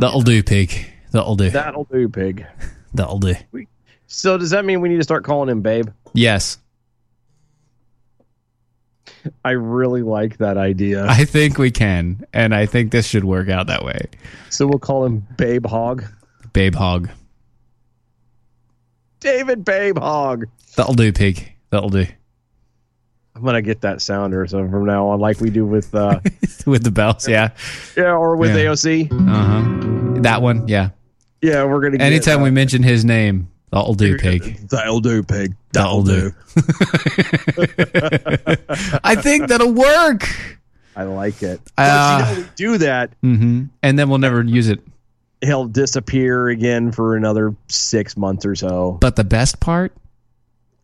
That'll do, pig. That'll do. That'll do, pig. That'll do. So does that mean we need to start calling him Babe? Yes. I really like that idea. I think we can. And I think this should work out that way. So we'll call him Babe Hog. Babe hog. David Babe Hog. That'll do, pig. That'll do. I'm gonna get that sounder so from now on, like we do with uh, With the bells, yeah. yeah, or with Yeah. AOC. Uh huh. That one, yeah. Yeah, we're gonna. Get, uh, Anytime we mention his name, that'll do, pig. that'll do, pig. That'll do. I think that'll work. I like it. Ah. But, you know, we do that. Mm-hmm. And then we'll never use it. he'll disappear again for another six months or so. But the best part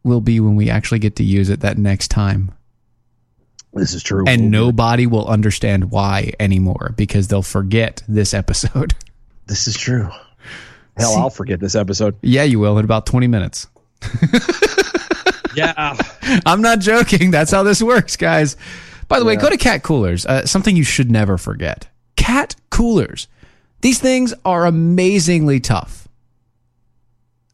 will be when we actually get to use it that next time. This is true. And nobody will understand why anymore because they'll forget this episode. this is true. Hell, I'll forget this episode. yeah, you will in about 20 minutes. Yeah, I'm not joking. That's how this works, guys. By the way, go to cat coolers. Uh, something you should never forget. Cat coolers. These things are amazingly tough.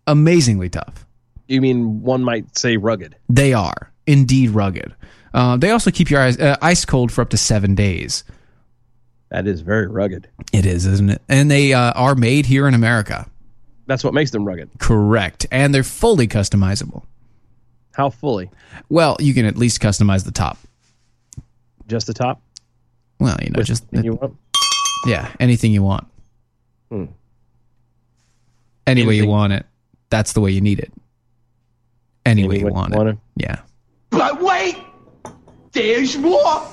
Amazingly tough. you mean one might say rugged? They are indeed rugged. Uh, they also keep your eyes, uh, ice cold for up to seven days. That is very rugged. It is, isn't it? And they uh, are made here in America. That's what makes them rugged. Correct. And they're fully customizable. How fully? Well, you can at least customize the top. Just the top? Well, you know, just Anything you want? Yeah, anything you want. Any way you Anything. want it. That's the way you need it. Any, way you want, it. Yeah. But wait! There's more!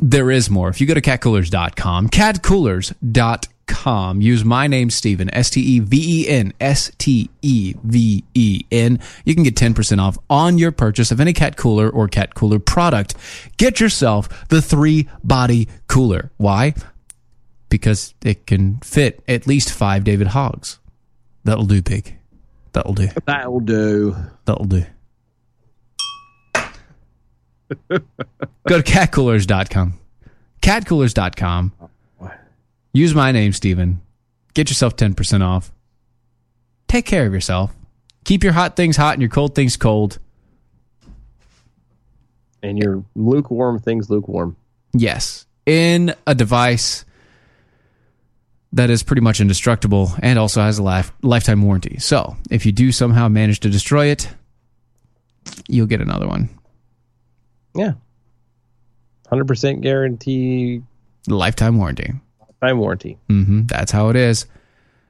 There is more. If you go to catcoolers.com, catcoolers.com, use my name, Steven, S T E V E N, S T E V E N. You can get 10% off on your purchase of any cat cooler or cat cooler product. Get yourself the three body cooler. Why? Because it can fit at least five David Hogs. That'll do, pig. That'll do. That'll do. That'll do. Go to catcoolers.com. Catcoolers.com. Use my name, Steven. Get yourself 10% off. Take care of yourself. Keep your hot things hot and your cold things cold. And your lukewarm things lukewarm. Yes. In a device that is pretty much indestructible and also has a life, lifetime warranty. So if you do somehow manage to destroy it, you'll get another one. Yeah. 100% guarantee Lifetime warranty. time warranty. hmm That's how it is.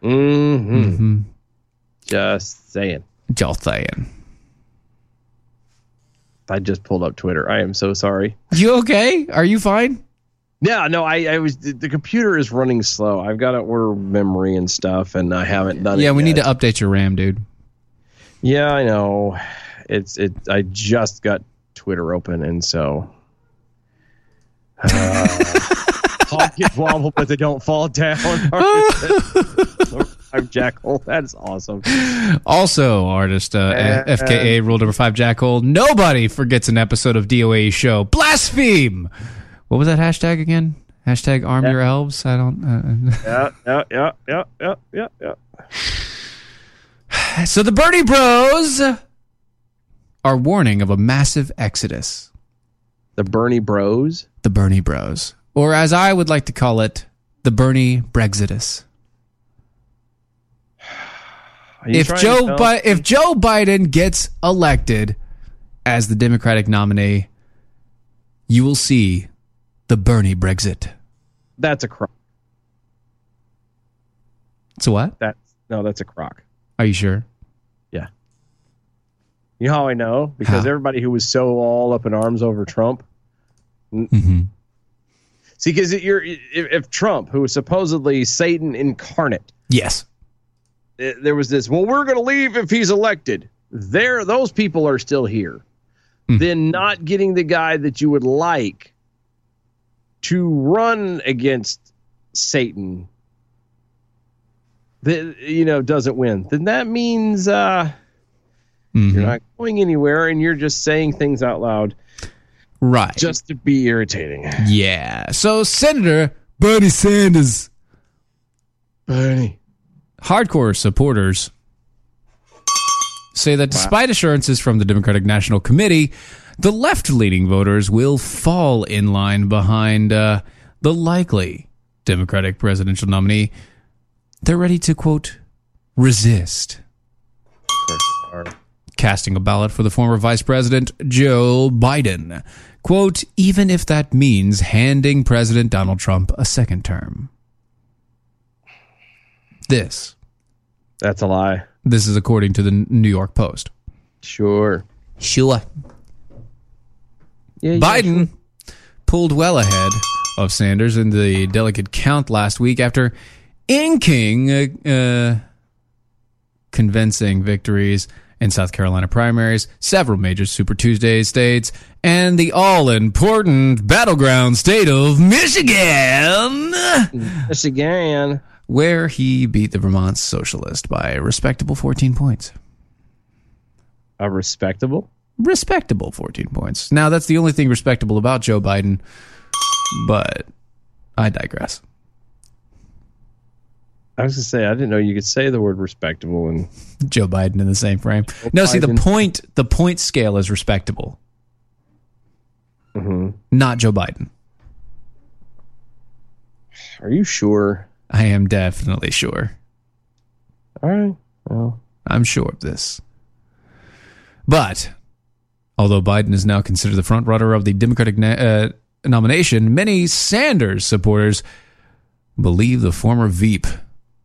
Mm-hmm. Just saying. Just saying. I just pulled up Twitter. I am so sorry. You okay? Are you fine? Yeah, no, I, I was the, the computer is running slow. I've got to order memory and stuff, and I haven't done it. yeah, we need to yet. update your RAM, dude. Yeah, I know. It's it. I just got Twitter open, and so. Uh, Hogs get wobbled, but they don't fall down. I'm Jackal. That's awesome. Also, artist uh, F- FKA rule number five jackhole. Nobody forgets an episode of DOA show. Blaspheme. What was that hashtag again? Hashtag arm your elves. I don't. Uh, Yeah, yeah, yeah, yeah, yeah, yeah, yeah. uh, so the Birdie Bros are warning of a massive exodus. The Bernie Bros. The Bernie Bros, or as I would like to call it, the Bernie Brexitus. Are you if trying to Joe tell- Bi- if Joe Biden gets elected as the Democratic nominee, you will see the Bernie Brexit. That's a crock. So what? That's no, that's a crock. Are you sure? You know how I know? Because How? everybody who was so all up in arms over Trump. Mm-hmm. See, because you're if, if Trump, who is supposedly Satan incarnate, Yes. eh, there was this. Well, we're going to leave if he's elected. There, those people are still here. Then not getting the guy that you would like to run against Satan, that you know doesn't win. Then that means uh, you're not going anywhere, and you're just saying things out loud Right. just to be irritating. yeah. So Senator Bernie Sanders, Bernie. hardcore supporters say that despite assurances from the Democratic National Committee, the left-leaning voters will fall in line behind uh, the likely Democratic presidential nominee. They're ready to quote resist. casting a ballot for the former vice president Joe Biden. Quote, even if that means handing President Donald Trump a second term. This. That's a lie. This is according to the New York Post. Sure. Sure. Yeah, Biden pulled well ahead of Sanders in the delegate count last week after inking uh, uh, convincing victories in South Carolina primaries, several major Super Tuesday states, and the all important battleground state of Michigan, Yes, again. where he beat the Vermont Socialist by a respectable 14 points. A respectable. respectable 14 points. Now, that's the only thing respectable about Joe Biden, but I digress. I was gonna say I didn't know you could say the word respectable and Joe Biden in the same frame. No, see the Biden. point the point scale is respectable. Not Joe Biden. are you sure? I am definitely sure. All right. Well, I'm sure of this. But although Biden is now considered the front runner of the Democratic na- uh, nomination, many Sanders supporters believe the former Veep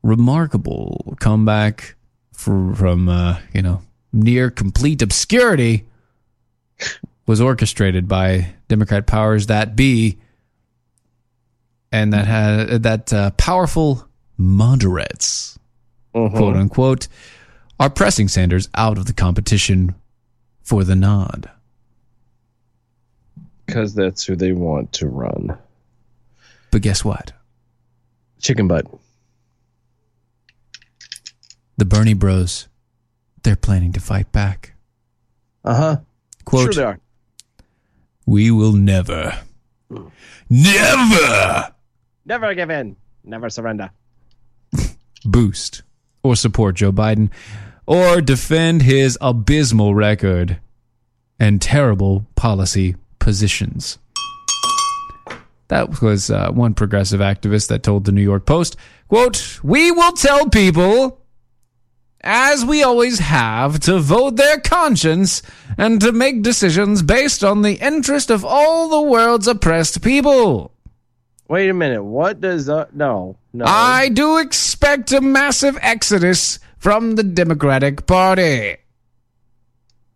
remarkable comeback fr- from uh, you know near complete obscurity was orchestrated by Democrat powers that be, and that had that uh, powerful moderates, uh-huh. quote unquote are pressing Sanders out of the competition for the nod. because that's who they want to run. But guess what? Chicken butt. The Bernie Bros, they're planning to fight back. Uh huh. Sure Quote, they are. we will never, Hmm. never Never give in. Never surrender. boost or support Joe Biden or defend his abysmal record and terrible policy positions. That was uh, one progressive activist that told the New York Post, quote, "We will tell people as we always have to vote their conscience and to make decisions based on the interest of all the world's oppressed people." Wait a minute. What does uh, no no? I do expect a massive exodus from the Democratic Party.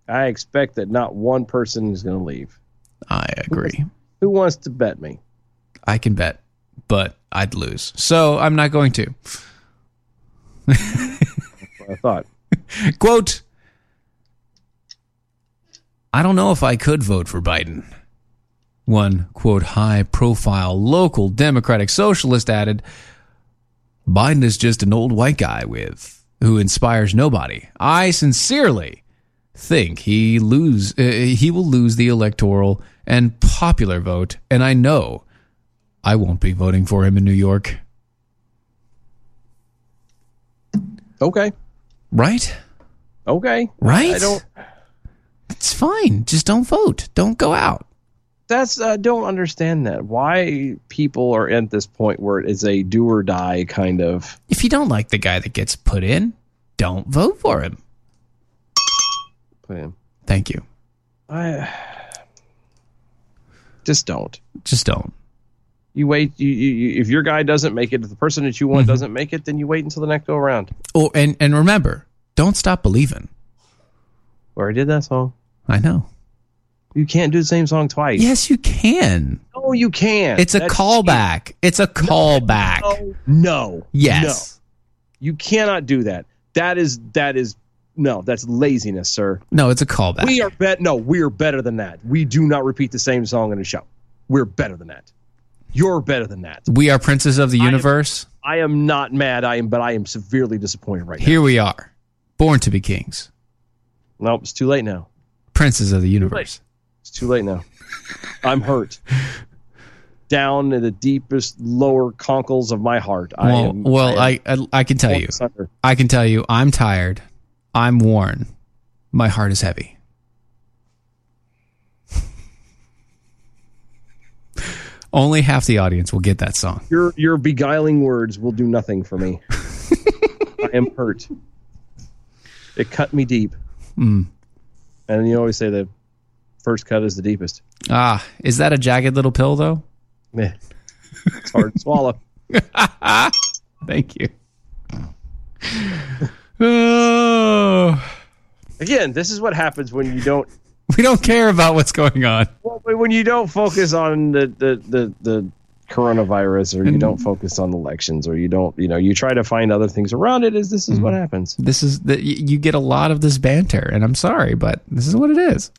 I expect that not one person is gonna leave. I agree. Who wants to bet me? I can bet, but I'd lose. So I'm not going to. I thought. Quote I don't know if I could vote for Biden. One, quote, high profile local Democratic socialist added Biden is just an old white guy with who inspires nobody. I sincerely think he lose uh, he will lose the electoral and popular vote and I know I won't be voting for him in New York. Okay. Right? Okay. Right? I don't. It's fine. Just don't vote. Don't go out. That's I don't understand that. Why people are at this point where it's a do or die kind of. If you don't like the guy that gets put in, don't vote for him. plan. Thank you. I Just don't. Just don't. You wait. You, you, you, if your guy doesn't make it, if the person that you want doesn't make it, then you wait until the next go around. Or Oh, and and remember, don't stop believing. Where I did that song. I know. You can't do the same song twice. Yes, you can. No, you can. It's a That's- callback. It's a callback. No, no. yes. No. You cannot do that. That is that is no. That's laziness, sir. No. it's a callback. We are bet. No, we are better than that. We do not repeat the same song in a show. We're better than that. You're better than that. we are princes of the universe. I am not mad. I am, but I am severely disappointed right Here we are, born to be kings, now. Nope, it's too late now. princes of the universe. It's too late now. I'm hurt. Down in the deepest lower conkles of my heart. I well, am, well, I I, I I can tell am you, asunder. I can tell you, I'm tired, I'm worn, my heart is heavy. Only half the audience will get that song. Your your beguiling words will do nothing for me. I am hurt. It cut me deep. Mm. And you always say the first cut is the deepest. Ah, is that a jagged little pill though? Meh. It's hard to swallow. Thank you. Oh, Again, this is what happens when you don't we don't care about what's going on. Well, but when you don't focus on the, the, the, the coronavirus or you don't focus on elections or you don't, you know, you try to find other things around it, is this is what happens. This is that you get a lot of this banter, and I'm sorry, but this is what it is.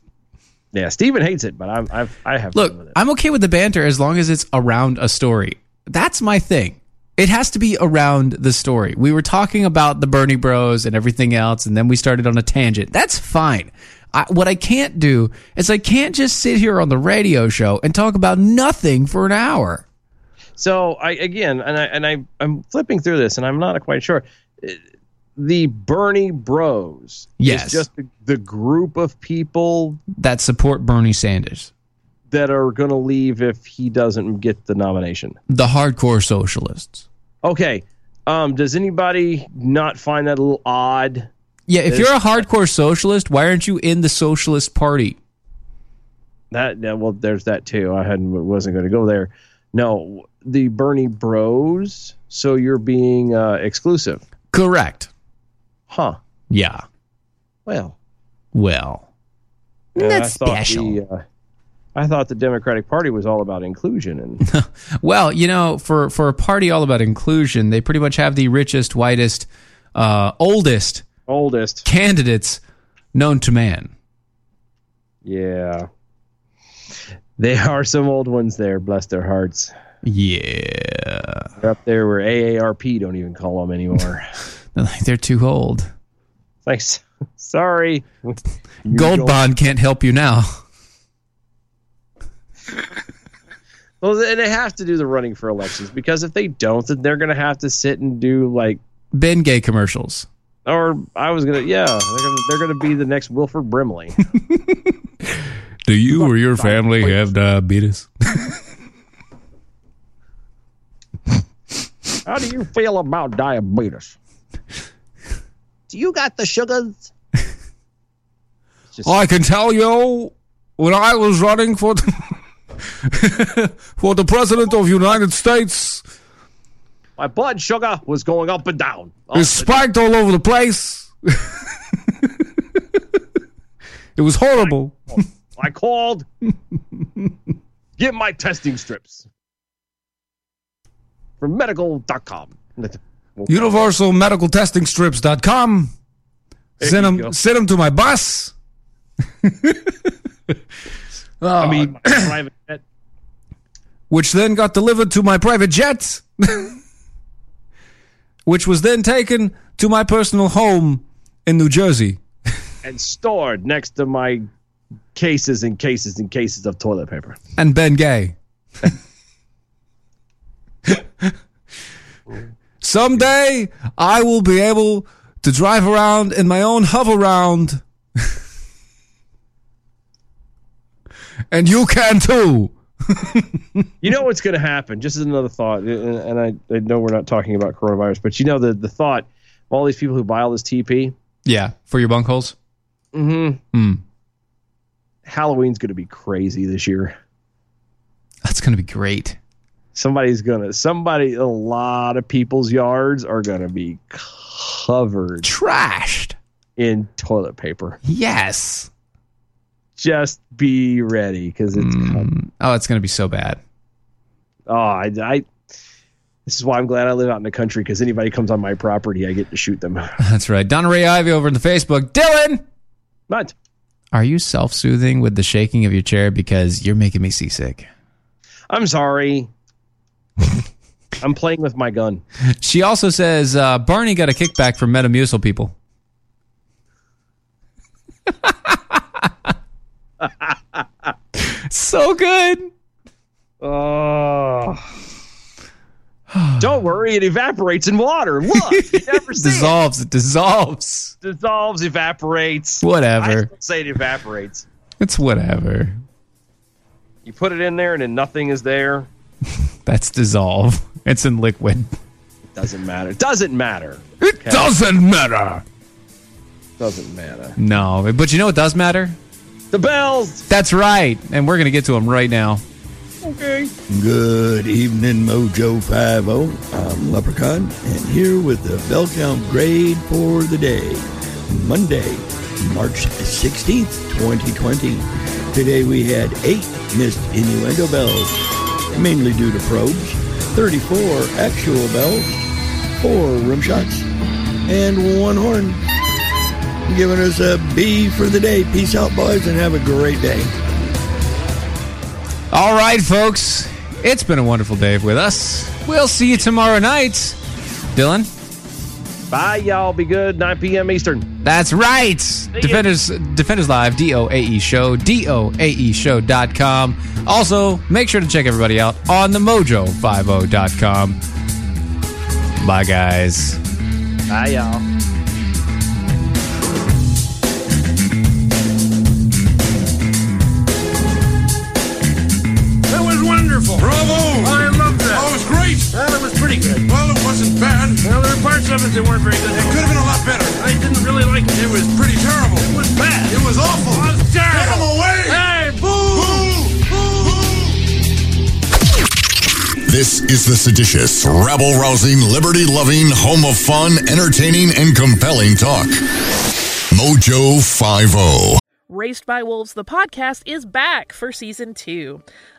Yeah, Steven hates it, but I'm, I've, I have fun with Look, it. I'm okay with the banter as long as it's around a story. That's my thing. It has to be around the story. We were talking about the Bernie Bros and everything else, and then we started on a tangent. That's fine. I, what I can't do is I can't just sit here on the radio show and talk about nothing for an hour. So I, again, and I, and I, I'm flipping through this and I'm not quite sure. Uh, The Bernie Bros. Yes. Is just the, the group of people That support Bernie Sanders, that are going to leave if he doesn't get the nomination. the hardcore socialists. Okay. Um, does anybody not find that a little odd? Yeah, if you're a hardcore socialist, why aren't you in the Socialist Party? That yeah, well, there's that too. I hadn't wasn't going to go there. No, the Bernie Bros. So you're being uh, exclusive, Correct. huh? Yeah. Well, Well, yeah, that's I thought special. The, uh, I thought the Democratic Party was all about inclusion, and Well, you know, for for a party all about inclusion, they pretty much have the richest, whitest, uh, oldest oldest. candidates known to man. Yeah, they are some old ones there. Bless their hearts. Yeah, They're up there where AARP don't even call them anymore. They're like they're too old. Thanks. Sorry. Gold don't- bond can't help you now. Well, they they have to do the running for elections because if they don't, then they're going to have to sit and do like Ben Gay commercials. or I was gonna, yeah, they're gonna, they're gonna be the next Wilford Brimley. Do you or your family have diabetes? How do you feel about diabetes? Do you got the sugars? I can tell you, when I was running for the, for the president of United States, My blood sugar was going up and down. Oh, Up It spiked all over the place. it was horrible. I called. Get my testing strips from medical.com. UniversalMedicalTestingStrips.com. you go. Send them, send them to my boss. I mean, Uh, my private jet. which then got delivered to my private jet, which was then taken to my personal home in New Jersey. and stored next to my cases and cases and cases of toilet paper. and Ben Gay. Someday I will be able to drive around in my own hover round. and you can too. You know what's going to happen? Just as another thought, and, and I, I know we're not talking about coronavirus, but you know the the thought of all these people who buy all this TP. Yeah, for your bunkholes. Halloween's going to be crazy this year. it's gonna be great. Somebody's gonna somebody a lot of people's yards are gonna be covered trashed in toilet paper. Yes. Just be ready because it's Mm. Oh, it's gonna be so bad. oh I, I this is why I'm glad I live out in the country because anybody comes on my property I get to shoot them. That's right. Donna Ray Ivy over in the Facebook. Dylan, But are you self-soothing with the shaking of your chair because you're making me seasick? I'm sorry. I'm playing with my gun. She also says uh, Barney got a kickback from Metamucil people. so good. Oh. Don't worry, it evaporates in water. Look, you never see Dissolves. It dissolves. it. Dissolves, evaporates. I Whatever. still say it evaporates. It's whatever. You put it in there and then nothing is there. That's dissolve. It's in liquid. Doesn't matter. Doesn't matter. It doesn't matter. Doesn't matter. No, but you know what does matter? The bells. That's right. And we're going to get to them right now. Good evening, Mojo 50. I'm Leprechaun, and here with the bell count grade for the day, Monday, March 16th, 2020. Today we had eight missed innuendo bells, mainly due to probes, 34 actual bells, four rim shots, and one horn. Giving us a B for the day. Peace out, boys, and have a great day. All right, folks. It's been a wonderful day with us. We'll see you tomorrow night. Dylan? Bye, y'all. Be good. 9 p.m. Eastern. That's right. Defenders Defenders Live, DOAE E Show, E DOAEShow.com. Also, make sure to check everybody out on the Mojo50.com. Bye, guys. Bye, y'all. That was wonderful. Bravo! I loved that. Oh, it was great. Well, it was pretty good. Well, it wasn't bad. Well, there were parts of it that weren't very good. It could have been a lot better. I didn't really like it. It was pretty terrible. It was bad. It was awful. It was terrible. Get him away! Hey, boo! boo. This is the seditious, rabble rousing, liberty loving, home of fun, entertaining, and compelling talk. Mojo oh. 50. Raised by Wolves, the podcast, is back for season two.